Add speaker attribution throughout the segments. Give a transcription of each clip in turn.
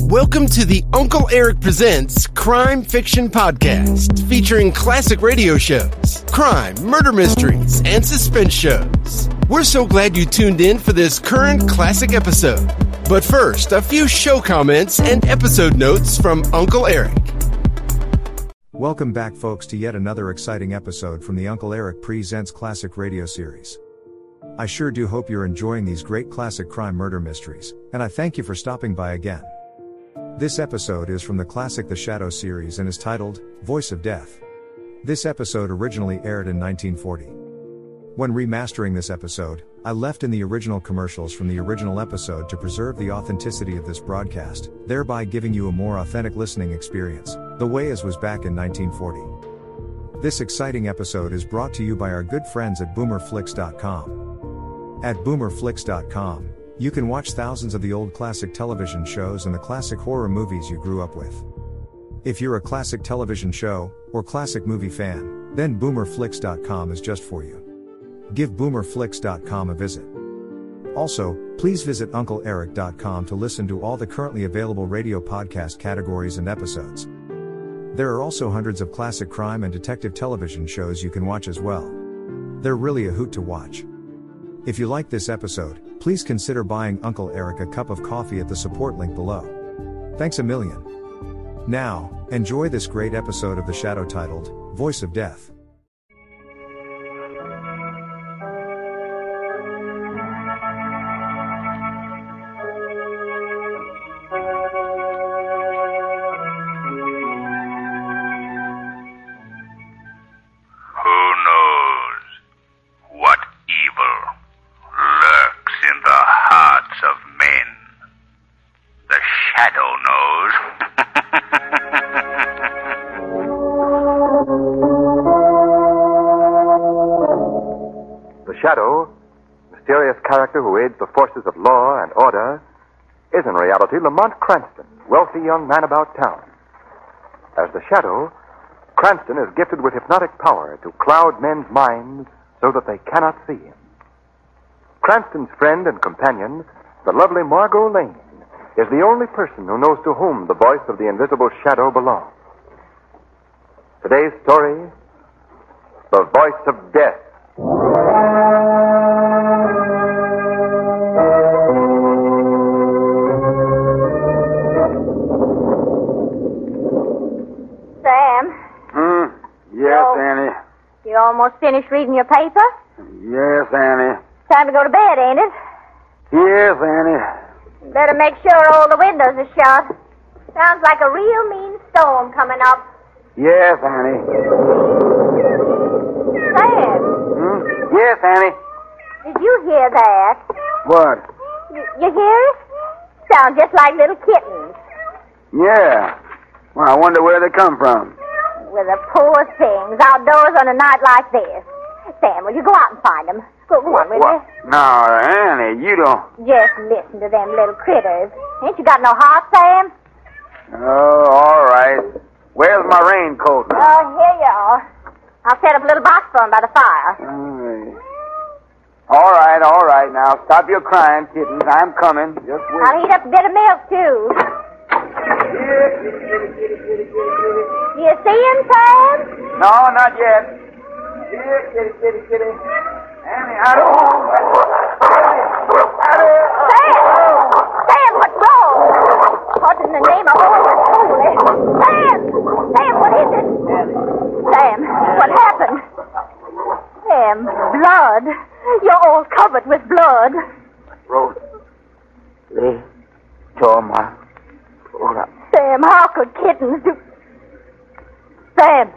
Speaker 1: Welcome to the Uncle Eric Presents Crime Fiction Podcast, featuring classic radio shows, crime, murder mysteries, and suspense shows. We're so glad you tuned in for this current classic episode. But first, a few show comments and episode notes from Uncle Eric.
Speaker 2: Welcome back, folks, to yet another exciting episode from the Uncle Eric Presents Classic Radio Series. I sure do hope you're enjoying these great classic crime murder mysteries, and I thank you for stopping by again. This episode is from the classic The Shadow series and is titled Voice of Death. This episode originally aired in 1940. When remastering this episode, I left in the original commercials from the original episode to preserve the authenticity of this broadcast, thereby giving you a more authentic listening experience, the way as was back in 1940. This exciting episode is brought to you by our good friends at boomerflix.com. At boomerflix.com, you can watch thousands of the old classic television shows and the classic horror movies you grew up with. If you're a classic television show or classic movie fan, then boomerflix.com is just for you. Give boomerflix.com a visit. Also, please visit uncleeric.com to listen to all the currently available radio podcast categories and episodes. There are also hundreds of classic crime and detective television shows you can watch as well. They're really a hoot to watch. If you like this episode, please consider buying Uncle Eric a cup of coffee at the support link below. Thanks a million. Now, enjoy this great episode of The Shadow titled Voice of Death.
Speaker 3: Who knows what evil lurks in the hearts of men? The shadow knows.
Speaker 4: The Shadow, mysterious character who aids the forces of law and order, is in reality Lamont Cranston, wealthy young man about town. As the Shadow, Cranston is gifted with hypnotic power to cloud men's minds so that they cannot see him. Cranston's friend and companion, the lovely Margot Lane, is the only person who knows to whom the voice of the invisible Shadow belongs. Today's story The Voice of Death.
Speaker 5: Sam,
Speaker 6: Hmm? Yes,
Speaker 5: No.
Speaker 6: Annie.
Speaker 5: you almost finished reading your paper?
Speaker 6: Yes, Annie.
Speaker 5: Time to go to bed, ain't it?
Speaker 6: Yes, Annie.
Speaker 5: Better make sure all the windows are shut. Sounds like a real mean storm coming up.
Speaker 6: Yes, Annie.
Speaker 5: Sam,
Speaker 6: Hmm? Yes, Annie.
Speaker 5: did you hear that?
Speaker 6: What?
Speaker 5: Y- you hear it? Sound just like little kittens.
Speaker 6: Yeah. Well, I wonder where they come from.
Speaker 5: Well, the poor things outdoors on a night like this. Sam, will you go out and find them? Go, go on, will
Speaker 6: What? No, Annie, you don't.
Speaker 5: you? Just listen to them little critters. Ain't you got no heart, Sam?
Speaker 6: Oh, all right. Where's my raincoat?
Speaker 5: Oh, here you are. I'll set up a little box for 'em by the fire.
Speaker 6: Aye. All right, all right. Now stop your crying, kittens. I'm coming. Just
Speaker 5: I'll heat up a bit of milk, too. You see him, Sam?
Speaker 6: No, not yet. Kitty, kitty, kitty, kitty. Annie, I don't.
Speaker 5: Sam! Sam, what's wrong? What in the name of all that's holy? Sam! Sam, what is it? Sam, what happened? Sam, blood. You're all covered with blood.
Speaker 6: Road. They tore my throat out.
Speaker 5: Sam, how could kittens do... Sam!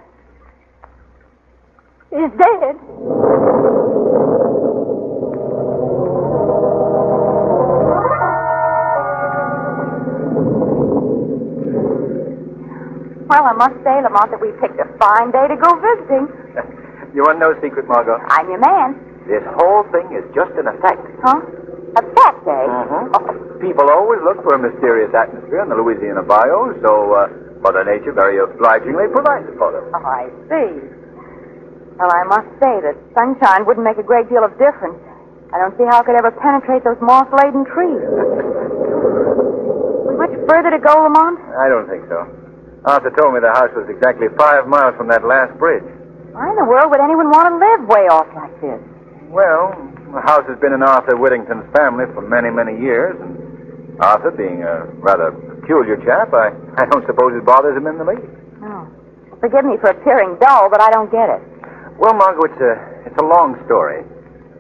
Speaker 5: He's dead. Well, I must say, Lamont, that we picked a fine day to go visiting.
Speaker 4: You want no secret, Margot?
Speaker 5: I'm your man.
Speaker 4: This whole thing is just an effect.
Speaker 5: Huh? A fat day.
Speaker 4: People always look for a mysterious atmosphere in the Louisiana bio, so uh, Mother Nature very obligingly provides it for them.
Speaker 5: Oh, I see. Well, I must say that sunshine wouldn't make a great deal of difference. I don't see how it could ever penetrate those moss laden trees. Much
Speaker 7: further to go, Lamont?
Speaker 8: I don't think so. Arthur told me the house was exactly five miles from that last bridge.
Speaker 7: Why in the world would anyone want to live way off like this?
Speaker 8: Well, the house has been in Arthur Whittington's family for many, many years, and Arthur, being a rather peculiar chap, I, I don't suppose it bothers him in the least.
Speaker 7: Oh. Forgive me for appearing dull, but I don't get it.
Speaker 8: Well, Margot, it's a, it's a long story.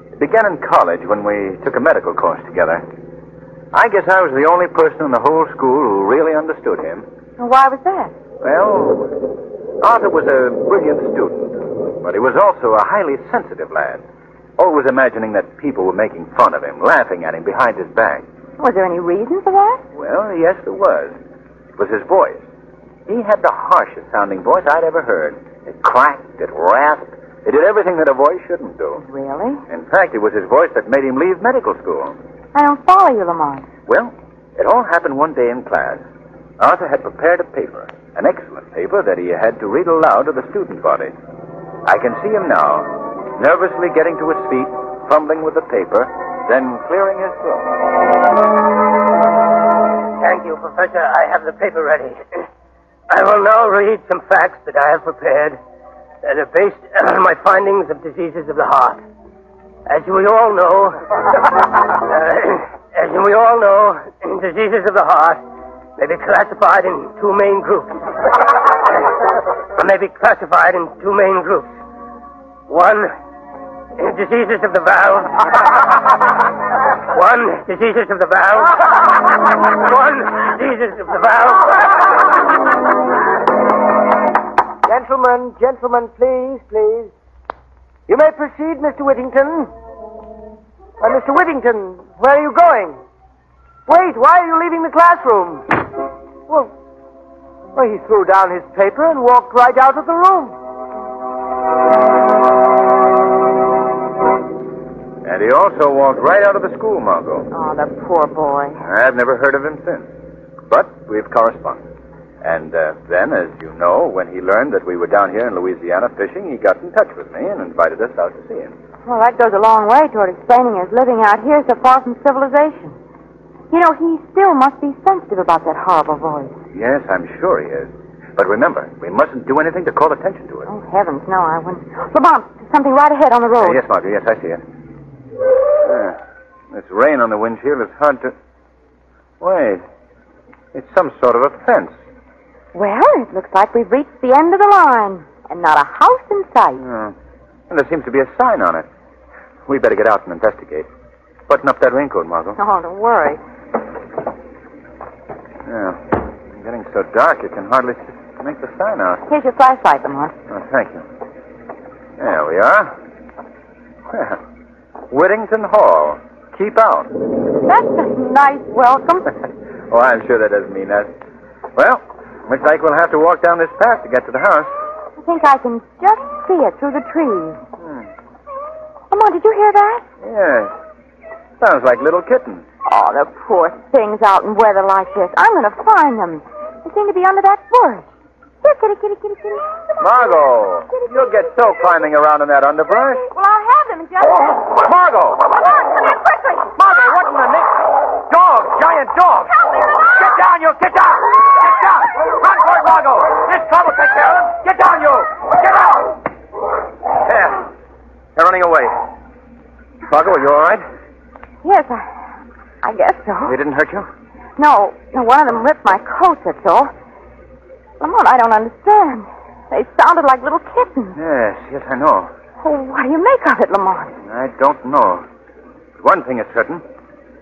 Speaker 8: It began in college when we took a medical course together. I guess I was the only person in the whole school who really understood him.
Speaker 7: And why was that?
Speaker 8: Well, Arthur was a brilliant student, but he was also a highly sensitive lad, always imagining that people were making fun of him, laughing at him behind his back.
Speaker 7: Was there any reason for that?
Speaker 8: Well, yes, there was. It was his voice. He had the harshest sounding voice I'd ever heard. It cracked, it rasped, it did everything that a voice shouldn't do.
Speaker 7: Really?
Speaker 8: In fact, it was his voice that made him leave medical school.
Speaker 7: I don't follow you, Lamont.
Speaker 8: Well, it all happened one day in class. Arthur had prepared a paper, an excellent paper that he had to read aloud to the student body. I can see him now, nervously getting to his feet, fumbling with the paper, then clearing his throat.
Speaker 6: Thank you, Professor. I have the paper ready. I will now read some facts that I have prepared that are based on Uh, my findings of diseases of the heart. As we all know, uh, as we all know, diseases of the heart may be classified in two main groups. may be classified in two main groups. One, diseases of the valve. One, diseases of the valve. One, diseases of the valve.
Speaker 9: Gentlemen, gentlemen, please, please. You may proceed, Mr. Whittington. Why, Mr. Whittington, where are you going? Wait, why are you leaving the classroom? Well, well, he threw down his paper and walked right out of the room.
Speaker 8: And he also walked right out of the school, Margot.
Speaker 7: Oh, the poor boy.
Speaker 8: I've never heard of him since. But we've corresponded. And uh, then, as you know, when he learned that we were down here in Louisiana fishing, he got in touch with me and invited us out to see him.
Speaker 7: Well, that goes a long way toward explaining his living out here so far from civilization. You know, he still must be sensitive about that horrible voice.
Speaker 8: Yes, I'm sure he is. But remember, we mustn't do anything to call attention to it.
Speaker 7: Oh, heavens, no, I wouldn't. Lamont, something right ahead on the
Speaker 8: Uh,
Speaker 7: road.
Speaker 8: yes, Margot, yes, I see it. Ah, this rain on the windshield is hard to. Wait. It's some sort of a fence.
Speaker 7: Well, it looks like we've reached the end of the line, and not a house in sight.
Speaker 8: Hmm. And there seems to be a sign on it. We better get out and investigate. Button up that raincoat, Margot.
Speaker 7: Oh, don't worry.
Speaker 8: Yeah. It's getting so dark you can hardly s- make the sign out.
Speaker 7: Here's your flashlight, Lamont.
Speaker 8: Oh, thank you. There we are. Well, Whittington Hall. Keep out.
Speaker 7: That's a nice welcome.
Speaker 8: oh, I'm sure that doesn't mean that. Well, looks like we'll have to walk down this path to get to the house.
Speaker 7: I think I can just see it through the trees. Lamont, did you hear that?
Speaker 8: Yes. Sounds like little kittens.
Speaker 7: Oh, the poor things out in weather like this. I'm going to find them. They seem to be under that bush. Here, kitty, kitty, kitty, kitty. Come on,
Speaker 8: Margot,
Speaker 7: kitty, kitty,
Speaker 8: you'll get so climbing around in that underbrush.
Speaker 7: kitty. Well, I'll have them in just a minute.
Speaker 8: Margot!
Speaker 7: Come on, come on, quickly.
Speaker 8: Margot, what in the nick? Dog! Giant dog!
Speaker 7: Help me, Lamont.
Speaker 8: Get down, you! Get down! Get down! Run for it, Margot! This trouble take care of him! Get down, you! Get out! There. They're running away. Margot, are you all right?
Speaker 7: Yes, I, I guess so.
Speaker 8: They didn't hurt you?
Speaker 7: No, no, one of them ripped my coat, that's all. Lamont, I don't understand. They sounded like little kittens.
Speaker 8: Yes, yes, I know.
Speaker 7: Oh, what do you make of it, Lamont?
Speaker 8: I don't know. But one thing is certain.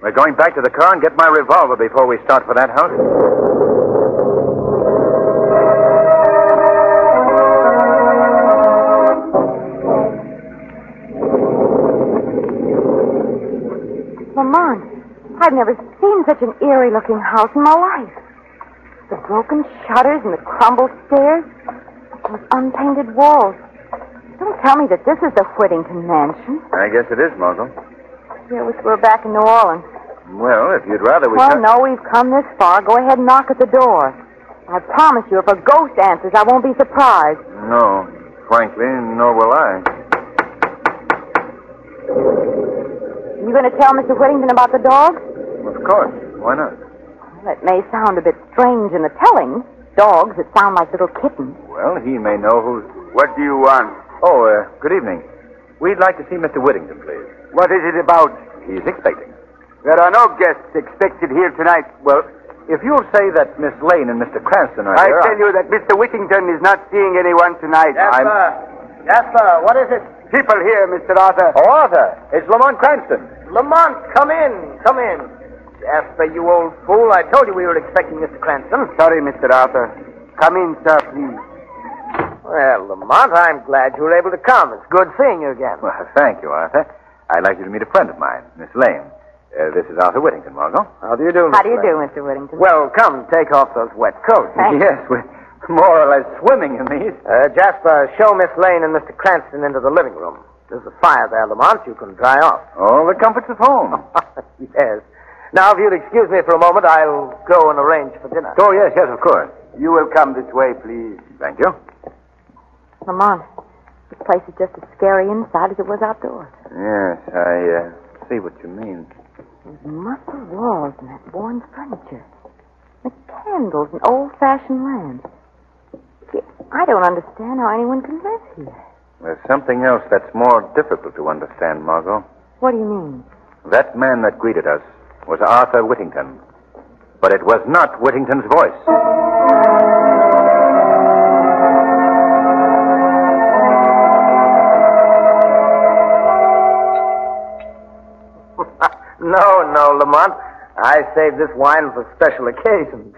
Speaker 8: We're going back to the car and get my revolver before we start for that house.
Speaker 7: Lamont, I've never seen such an eerie looking house in my life. The broken shutters and the crumbled stairs, those unpainted walls. Don't tell me that this is the Whittington Mansion.
Speaker 8: I guess it is, Margot.
Speaker 7: Yeah, wish we were back in New Orleans.
Speaker 8: Well, if you'd rather we.
Speaker 7: well,
Speaker 8: cut-
Speaker 7: no, we've come this far. Go ahead and knock at the door. I promise you, if a ghost answers, I won't be surprised.
Speaker 8: No, frankly, nor will I.
Speaker 7: You going to tell Mr. Whittington about the dog?
Speaker 8: Of course. Why not?
Speaker 7: It may sound a bit strange in the telling. Dogs that sound like little kittens.
Speaker 8: Well, he may know who's.
Speaker 5: What do you want?
Speaker 8: Oh, uh, good evening. We'd like to see Mr. Whittington, please.
Speaker 5: What is it about?
Speaker 8: He's expecting.
Speaker 5: There are no guests expected here tonight.
Speaker 8: Well, if you'll say that Miss Lane and Mr. Cranston are
Speaker 5: I
Speaker 8: here,
Speaker 5: tell you that Mr. Whittington is not seeing anyone tonight. I'm...
Speaker 6: Jasper! Jasper, what is it?
Speaker 5: People here, Mr. Arthur.
Speaker 8: Oh, Arthur, it's Lamont Cranston.
Speaker 6: Lamont, come in. Come in. Jasper, you old fool. I told you we were expecting Mr. Cranston.
Speaker 5: Sorry, Mr. Arthur. Come in, sir, please.
Speaker 6: Well, Lamont, I'm glad you were able to come. It's good seeing you again.
Speaker 8: Well, thank you, Arthur. I'd like you to meet a friend of mine, Miss Lane. Uh, this is Arthur Whittington, Margot.
Speaker 5: How do you do,
Speaker 7: How
Speaker 5: Miss
Speaker 7: do you
Speaker 5: Lane?
Speaker 7: do, Mr. Whittington?
Speaker 5: Well, come, take off those wet coats.
Speaker 7: Thank
Speaker 8: Yes, we're more or less swimming in these.
Speaker 6: Uh, Jasper, show Miss Lane and Mr. Cranston into the living room. There's a fire there, Lamont. You can dry off.
Speaker 8: All the comforts of home.
Speaker 6: yes. Now, if you'll excuse me for a moment, I'll go and arrange for dinner.
Speaker 8: oh, yes, yes, of course.
Speaker 5: You will come this way, please.
Speaker 8: Thank you.
Speaker 7: Lamont, this place is just as scary inside as it was outdoors.
Speaker 8: Yes, I uh, see what you mean.
Speaker 7: Those musty walls and that worn furniture. The candles and old-fashioned lamps. Gee, I don't understand how anyone can live here.
Speaker 8: There's something else that's more difficult to understand, Margot.
Speaker 7: What do you mean?
Speaker 8: That man that greeted us was Arthur Whittington. But it was not Whittington's voice.
Speaker 6: No, no, Lamont. I saved this wine for special occasions.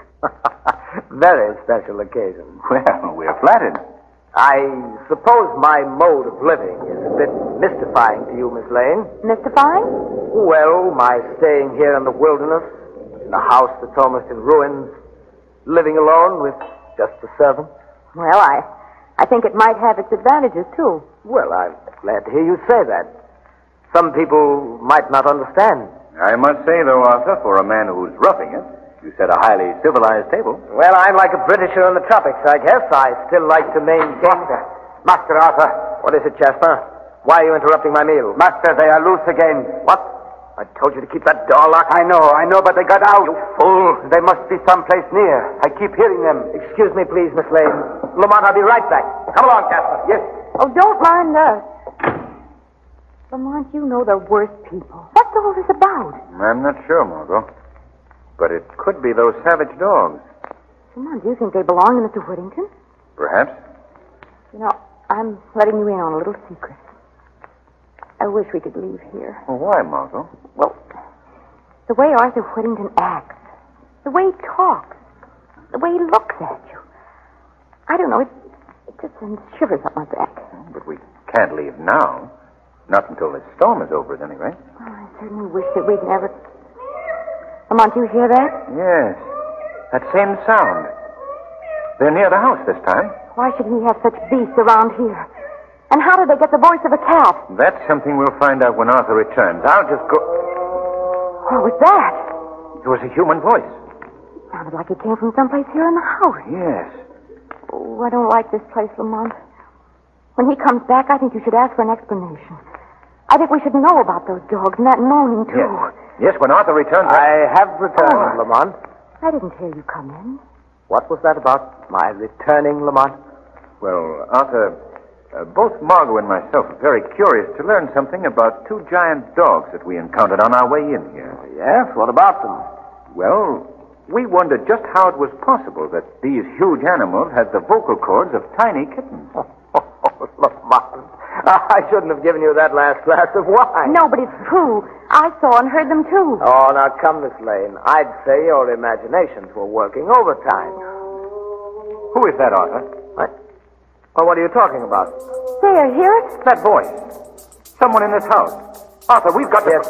Speaker 6: Very special occasions.
Speaker 8: Well, we're flattered.
Speaker 6: I suppose my mode of living is a bit mystifying to you, Miss Lane.
Speaker 7: Mystifying?
Speaker 6: Well, my staying here in the wilderness, in a house that's almost in ruins, living alone with just a servant.
Speaker 7: Well, I, I think it might have its advantages, too.
Speaker 6: Well, I'm glad to hear you say that. Some people might not understand.
Speaker 8: I must say, though, Arthur, for a man who's roughing it, you set a highly civilized table.
Speaker 6: Well, I'm like a Britisher in the tropics, I guess. I still like to maintain. Master, Master Arthur. What is it, Jasper? Why are you interrupting my meal?
Speaker 5: Master, they are loose again.
Speaker 6: What? I told you to keep that door locked.
Speaker 5: I know, I know, but they got out.
Speaker 6: You fool.
Speaker 5: They must be someplace near. I keep hearing them.
Speaker 6: Excuse me, please, Miss Lane. Lamont, I'll be right back. Come along, Jasper. Yes.
Speaker 7: Oh, don't mind us. Lamont, you know the worst people. What's all this about?
Speaker 8: I'm not sure, Margot. But it could be those savage dogs.
Speaker 7: Lamont, do you think they belong to Mr. Whittington?
Speaker 8: Perhaps.
Speaker 7: You know, I'm letting you in on a little secret. I wish we could leave here.
Speaker 8: Well, why, Margot?
Speaker 7: Well, the way Arthur Whittington acts, the way he talks, the way he looks at you. I don't know. It, it just sends shivers up my back.
Speaker 8: But we can't leave now. Not until this storm is over, at any rate.
Speaker 7: Oh, I certainly wish that we'd never. Lamont, do you hear that?
Speaker 8: Yes. That same sound. They're near the house this time.
Speaker 7: Why should he have such beasts around here? And how did they get the voice of a cat?
Speaker 8: That's something we'll find out when Arthur returns. I'll just go.
Speaker 7: What was that?
Speaker 8: It was a human voice.
Speaker 7: Sounded like it came from someplace here in the house.
Speaker 8: Yes.
Speaker 7: Oh, I don't like this place, Lamont. When he comes back, I think you should ask for an explanation. I think we should know about those dogs and that moaning, too.
Speaker 8: Yes. Yes, when Arthur returns.
Speaker 6: I have returned,
Speaker 8: Oh.
Speaker 6: Lamont.
Speaker 7: I didn't hear you come in.
Speaker 6: What was that about? My returning, Lamont?
Speaker 8: Well, Arthur, uh, both Margot and myself are very curious to learn something about two giant dogs that we encountered on our way in here.
Speaker 5: Yes, what about them?
Speaker 8: Well, we wondered just how it was possible that these huge animals had the vocal cords of tiny kittens.
Speaker 6: Oh, Lamont. I shouldn't have given you that last glass of wine.
Speaker 7: No, but it's true. I saw and heard them, too.
Speaker 6: Oh, now come, Miss Lane. I'd say your imaginations were working overtime.
Speaker 8: Who is that, Arthur?
Speaker 6: What? Well, what are you talking about?
Speaker 7: There, hear it?
Speaker 8: That voice. Someone in this house. Arthur, we've got to.
Speaker 6: Yes.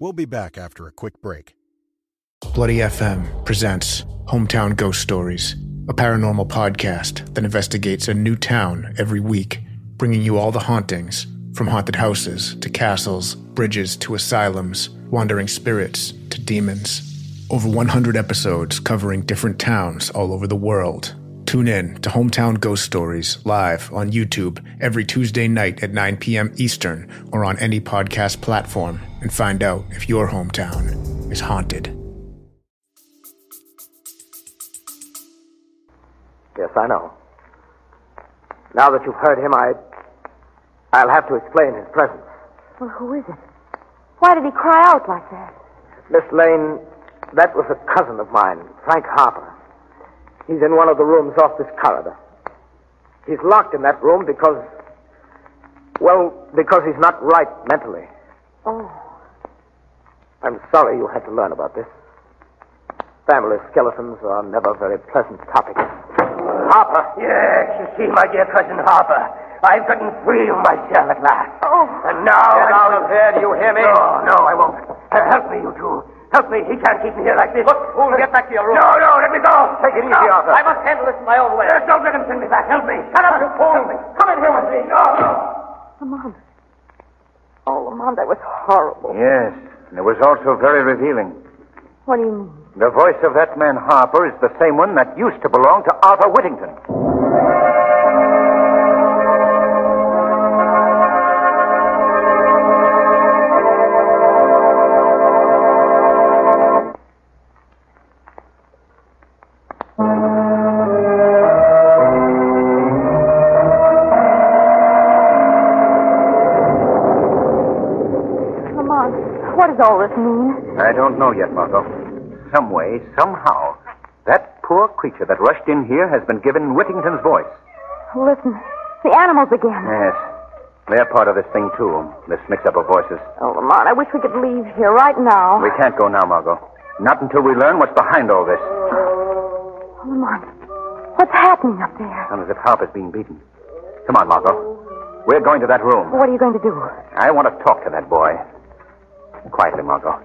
Speaker 1: We'll be back after a quick break.
Speaker 10: Bloody FM presents Hometown Ghost Stories, a paranormal podcast that investigates a new town every week, bringing you all the hauntings from haunted houses to castles, bridges to asylums, wandering spirits to demons. Over 100 episodes covering different towns all over the world. Tune in to Hometown Ghost Stories live on YouTube every Tuesday night at 9 p.m. Eastern or on any podcast platform and find out if your hometown
Speaker 11: is haunted.
Speaker 8: Yes, I know. Now that you've heard him, I. I'll have to explain his presence.
Speaker 7: Well, who is it? Why did he cry out like that?
Speaker 8: Miss Lane, that was a cousin of mine, Frank Harper. He's in one of the rooms off this corridor. He's locked in that room because. Well, because he's not right mentally.
Speaker 7: Oh.
Speaker 8: I'm sorry you had to learn about this. Family skeletons are never very pleasant topics. Harper!
Speaker 9: Yes, you see, my dear cousin Harper, I've gotten free of my cell at last.
Speaker 7: Oh.
Speaker 9: And now.
Speaker 12: Get
Speaker 9: I'm-
Speaker 12: out of here, do you hear me?
Speaker 9: No, no, I won't. Uh, help me, you two. Help me. He can't keep me here like this.
Speaker 12: Look, fool, get back to your room.
Speaker 9: No, no, let me go.
Speaker 12: Take it easy,
Speaker 9: No,
Speaker 12: Arthur.
Speaker 9: I must handle this in my own way. Uh, don't let him send me back. Help me. Shut up, you fool. Come in here with me. No, no.
Speaker 7: Lamont. Oh, Lamont, that was horrible.
Speaker 4: Yes, and it was also very revealing.
Speaker 7: What do you mean?
Speaker 4: The voice of that man Harper is the same one that used to belong to Arthur Whittington.
Speaker 7: Lamont, what does all this mean?
Speaker 4: I don't know yet, Margot. Some way, somehow, that poor creature that rushed in here has been given Whittington's voice.
Speaker 7: Listen, the animals again.
Speaker 4: Yes. They're part of this thing, too, this mix-up of voices.
Speaker 7: Oh, Lamont, I wish we could leave here right now.
Speaker 4: We can't go now, Margot. Not until we learn what's behind all this.
Speaker 7: Lamont, what's happening up there?
Speaker 4: Sounds as if Harper's being beaten. Come on, Margot. We're going to that room.
Speaker 7: What are you going to do?
Speaker 4: I want to talk to that boy. Quietly, Margot.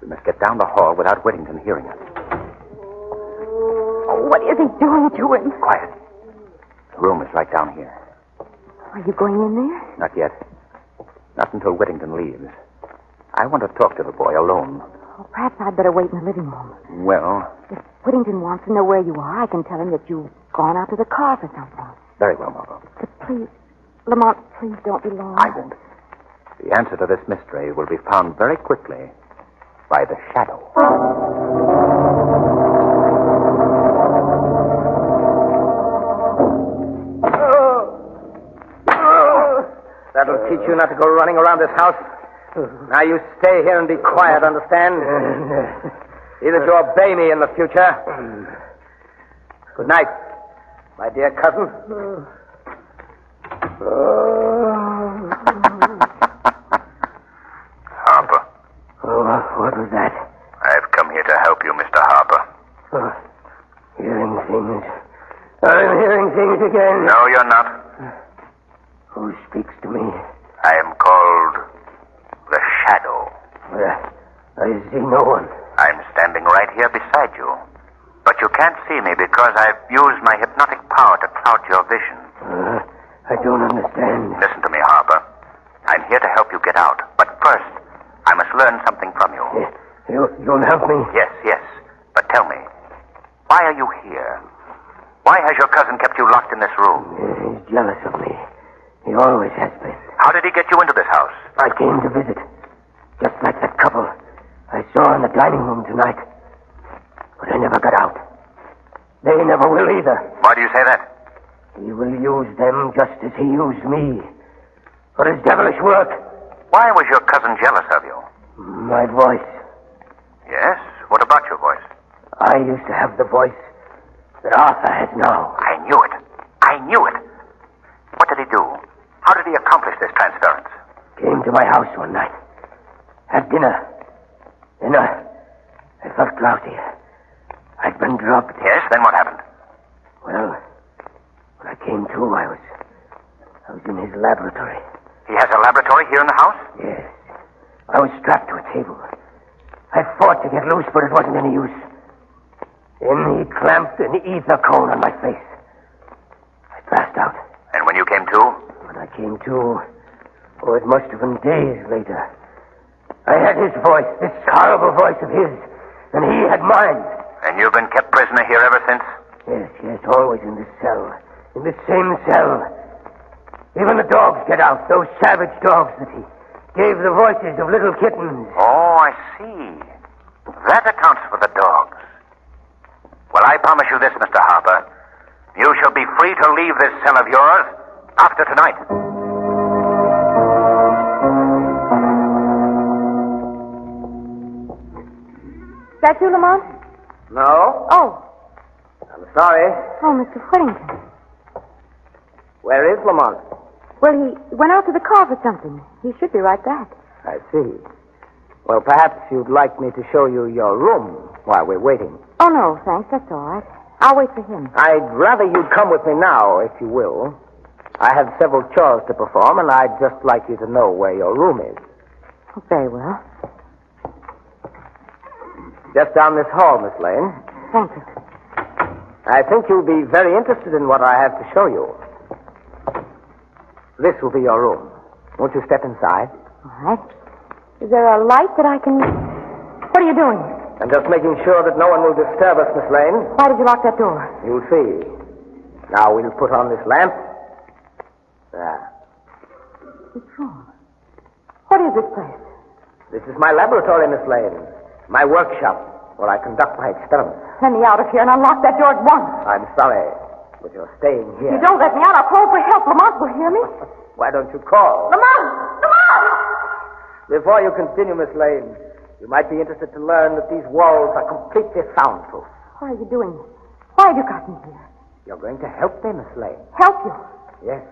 Speaker 4: We must get down the hall without Whittington hearing us.
Speaker 7: Oh, what is he doing to him?
Speaker 4: Quiet. The room is right down here.
Speaker 7: Are you going in there?
Speaker 4: Not yet. Not until Whittington leaves. I want to talk to the boy alone.
Speaker 7: Oh, perhaps I'd better wait in the living room.
Speaker 4: Well,
Speaker 7: If Whittington wants to know where you are, I can tell him that you've gone out to the car for something.
Speaker 4: very well, Margot.
Speaker 7: But please, Lamont, please don't be long.
Speaker 4: I won't. The answer to this mystery will be found very quickly by the shadow.
Speaker 8: Oh. That'll teach you not to go running around this house. Now you stay here and be quiet, understand? Either you obey me in the future. Good night, my dear cousin.
Speaker 9: Oh,
Speaker 4: Harper,
Speaker 9: Oh, what was that?
Speaker 4: I've come here to help you, Mr. Harper.
Speaker 9: Oh, hearing things. I'm hearing things again.
Speaker 4: No, you're not.
Speaker 9: Who speaks to me?
Speaker 4: I am called the Shadow.
Speaker 9: Uh, I see no one.
Speaker 4: I'm standing right here beside you. But you can't see me because I've used my hypnotic power to cloud your vision.
Speaker 9: Uh, I don't understand.
Speaker 4: Listen to me, Harper. I'm here to help you get out. But first, I must learn something from you.
Speaker 9: You, you'll help me?
Speaker 4: Yes, yes. But tell me, why are you here? Why has your cousin kept you locked in this room?
Speaker 9: He's jealous of me. He always has been.
Speaker 4: How did he get you into this house?
Speaker 9: I came to visit. Just like that couple I saw in the dining room tonight. But I never got out. They never will either.
Speaker 4: Why do you say that?
Speaker 9: He will use them just as he used me. For his devilish work.
Speaker 4: Why was your cousin jealous of you?
Speaker 9: My voice.
Speaker 4: Yes? What about your voice?
Speaker 9: I used to have the voice that Arthur has now.
Speaker 4: I knew it. I knew it. What did he do? How did he accomplish this transference?
Speaker 9: Came to my house one night. Had dinner. Then I, I felt drowsy. I'd been drugged.
Speaker 4: Yes, then what happened?
Speaker 9: Well, when I came to, I was, I was in his laboratory.
Speaker 4: He has a laboratory here in the house?
Speaker 9: Yes. I was strapped to a table. I fought to get loose, but it wasn't any use. Then he clamped an ether cone on my face. I passed out.
Speaker 4: And when you came to?
Speaker 9: When I came to, oh, it must have been days later. I had his voice, this horrible voice of his, and he had mine.
Speaker 4: And you've been kept prisoner here ever since?
Speaker 9: Yes, yes, always in this cell, in this same cell. Even the dogs get out, those savage dogs that he gave the voices of little kittens.
Speaker 4: Oh, I see. That accounts for the dogs. Well, I promise you this, Mr. Harper. You shall be free to leave this cell of yours after tonight.
Speaker 7: Is that you, Lamont?
Speaker 5: No?
Speaker 7: Oh,
Speaker 5: I'm sorry.
Speaker 7: oh, Mr. Whittington.
Speaker 5: Where is Lamont?
Speaker 7: Well, he went out to the car for something. He should be right back.
Speaker 9: I see. Well, perhaps you'd like me to show you your room while we're waiting.
Speaker 7: Oh, no, thanks. That's all right. I'll wait for him.
Speaker 9: I'd rather you'd come with me now, if you will. I have several chores to perform, and I'd just like you to know where your room is.
Speaker 7: Oh, very well.
Speaker 9: Just down this hall, Miss Lane.
Speaker 7: Thank you.
Speaker 9: I think you'll be very interested in what I have to show you. This will be your room. Won't you step inside?
Speaker 7: All right. Is there a light that I can. What are you doing?
Speaker 9: I'm just making sure that no one will disturb us, Miss Lane.
Speaker 7: Why did you lock that door?
Speaker 9: You'll see. Now we'll put on this lamp. Ah, There.
Speaker 7: What's wrong? What is this place?
Speaker 9: This is my laboratory, Miss Lane. My workshop, where I conduct my experiments.
Speaker 7: Let me out of here and unlock that door at once.
Speaker 9: I'm sorry, but you're staying
Speaker 7: If
Speaker 9: here.
Speaker 7: you don't let me out, I'll call for help. Lamont will hear me.
Speaker 9: Why don't you call?
Speaker 7: Lamont! Lamont!
Speaker 9: Before you continue, Miss Lane, you might be interested to learn that these walls are completely soundproof.
Speaker 7: What are you doing? Why have you got me here?
Speaker 9: You're going to help me, Miss Lane.
Speaker 7: Help you.
Speaker 9: Yes.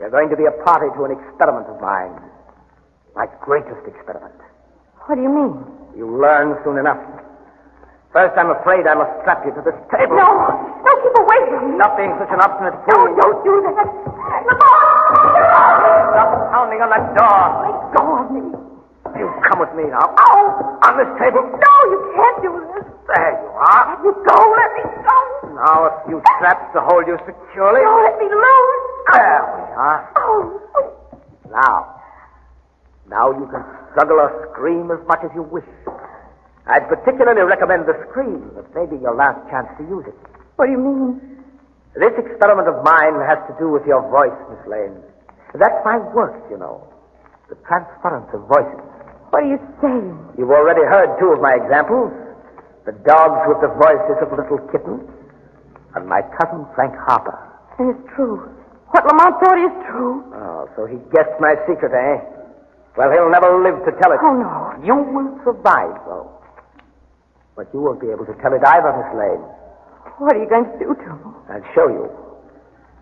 Speaker 9: You're going to be a party to an experiment of mine. My greatest experiment.
Speaker 7: What do you mean?
Speaker 9: You'll learn soon enough. First, I'm afraid I must strap you to this table.
Speaker 7: No. No, keep away from me.
Speaker 9: Stop being such an obstinate
Speaker 7: No,
Speaker 9: fool.
Speaker 7: don't do that. Lamont!
Speaker 9: Stop pounding on that door.
Speaker 7: Let go of me.
Speaker 9: You come with me now.
Speaker 7: Oh!
Speaker 9: On this table.
Speaker 7: No, you can't do this.
Speaker 9: There you are.
Speaker 7: Let me go. Let me go.
Speaker 9: Now a few straps to hold you securely.
Speaker 7: No, let me loose.
Speaker 9: There we are.
Speaker 7: Oh, oh.
Speaker 9: Now, now you can struggle or scream as much as you wish. I'd particularly recommend the scream. It may be your last chance to use it.
Speaker 7: What do you mean?
Speaker 9: This experiment of mine has to do with your voice, Miss Lane. That's my work, you know. The transference of voices.
Speaker 7: What are you saying?
Speaker 9: You've already heard two of my examples. The dogs with the voices of little kittens. And my cousin Frank Harper.
Speaker 7: It is true. What Lamont thought is true.
Speaker 9: Oh, so he guessed my secret, eh? Well, he'll never live to tell it.
Speaker 7: Oh, no.
Speaker 9: You will survive, though. But you won't be able to tell it either, Miss Lane.
Speaker 7: What are you going to do to me?
Speaker 9: I'll show you.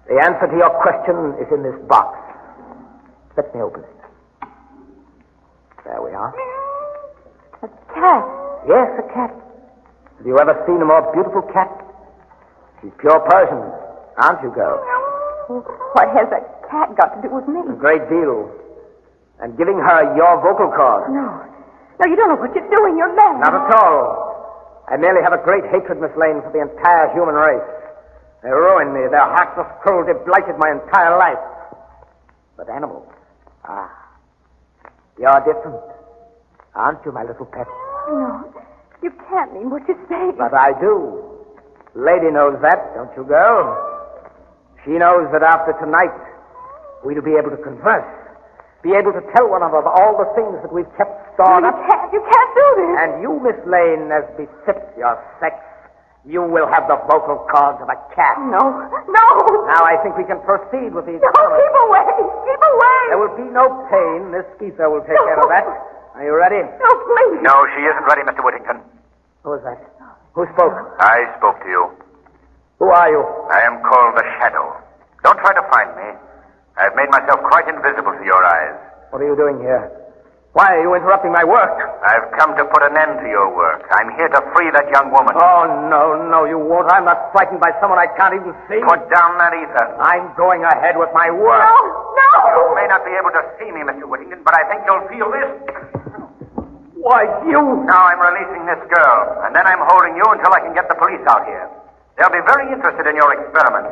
Speaker 9: The answer to your question is in this box. Let me open it. There we are.
Speaker 7: A cat.
Speaker 9: Yes, a cat. Have you ever seen a more beautiful cat? She's pure Persian, aren't you, girl?
Speaker 7: What has a cat got to do with me?
Speaker 9: A great deal. I'm giving her your vocal cord.
Speaker 7: No. No, you don't know what you're doing. You're mad.
Speaker 9: Not at all. I merely have a great hatred, Miss Lane, for the entire human race. They ruined me. Their heartless cruelty blighted my entire life. But animals, ah, you're different, aren't you, my little pet?
Speaker 7: No. You can't mean what you're saying.
Speaker 9: But I do. Lady knows that, don't you, girl? She knows that after tonight, we'll be able to converse, be able to tell one another all the things that we've kept
Speaker 7: no,
Speaker 9: stored
Speaker 7: you
Speaker 9: up.
Speaker 7: can't. You can't do this.
Speaker 9: And you, Miss Lane, as befits your sex, you will have the vocal cords of a cat.
Speaker 7: No. No.
Speaker 9: Now I think we can proceed with these.
Speaker 7: No, keep away. Keep away.
Speaker 9: There will be no pain. This ether will take
Speaker 7: No.
Speaker 9: care of that. Are you ready?
Speaker 7: No, please.
Speaker 4: No, she isn't ready, Mr. Whittington.
Speaker 9: Who is that? Who spoke?
Speaker 4: I spoke to you.
Speaker 9: Who are you?
Speaker 4: I am called the Shadow. Don't try to find me. I've made myself quite invisible to your eyes.
Speaker 9: What are you doing here? Why are you interrupting my work?
Speaker 4: I've come to put an end to your work. I'm here to free that young woman.
Speaker 9: Oh, no, no, you won't. I'm not frightened by someone I can't even see.
Speaker 4: Put down that ether.
Speaker 9: I'm going ahead with my work.
Speaker 7: No. No.
Speaker 4: You may not be able to see me, Mr. Whittington, but I think you'll feel this.
Speaker 9: Why, you.
Speaker 4: Now I'm releasing this girl, and then I'm holding you until I can get the police out here. They'll be very interested in your experiment.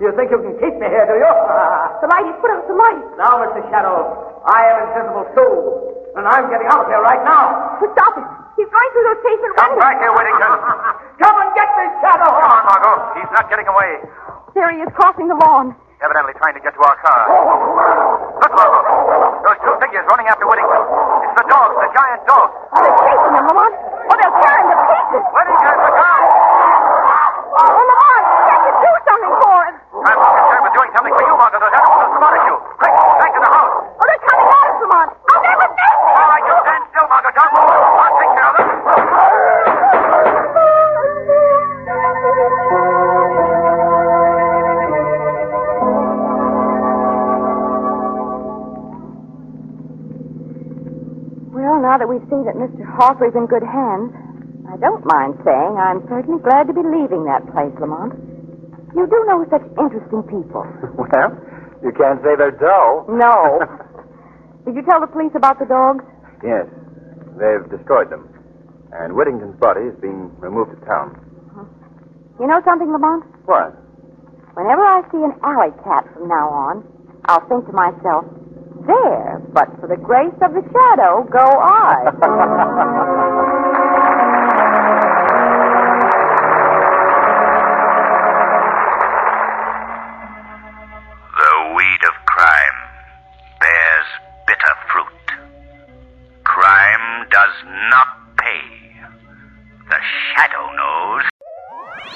Speaker 9: You think you can keep me here, do you?
Speaker 7: The light is put out the light.
Speaker 9: now, Mr. Shadow, I am invisible too. And I'm getting out of here right now.
Speaker 7: Stop him. He's going through those casement
Speaker 4: Come
Speaker 7: windows.
Speaker 4: back here, Whittington.
Speaker 9: Come and get me, Shadow!
Speaker 4: Come on, Margot. He's not getting away.
Speaker 7: There he is crossing the lawn.
Speaker 4: Evidently trying to get to our car. Look, Margot. Those two figures running after Whittington. It's the dogs, the giant dogs.
Speaker 7: Are they chasing them, Lamont? Oh, they'll tear him to pieces.
Speaker 4: Whittington, look out!
Speaker 7: Oh, Lamont, can't you do something for him?
Speaker 4: I'm not concerned with doing something for you, Margot. Those animals will slaughter you. Quick, back to the house.
Speaker 7: Oh, they're coming at us, Lamont. I'll never face them.
Speaker 4: All right, you stand still, Margot. Don't move. I'll take care of them.
Speaker 7: Well, now that we see that Mr. Hawker's in good hands, I don't mind saying I'm certainly glad to be leaving that place, Lamont. You do know such interesting people.
Speaker 8: Well, you can't say they're dull.
Speaker 7: No. Did you tell the police about the dogs?
Speaker 8: Yes. They've destroyed them. And Whittington's body is being removed to town.
Speaker 7: You know something, Lamont?
Speaker 8: What?
Speaker 7: Whenever I see an alley cat from now on, I'll think to myself, there, but for the grace of the shadow, go I.
Speaker 4: The weed of crime bears bitter fruit. Crime does not pay. The shadow knows.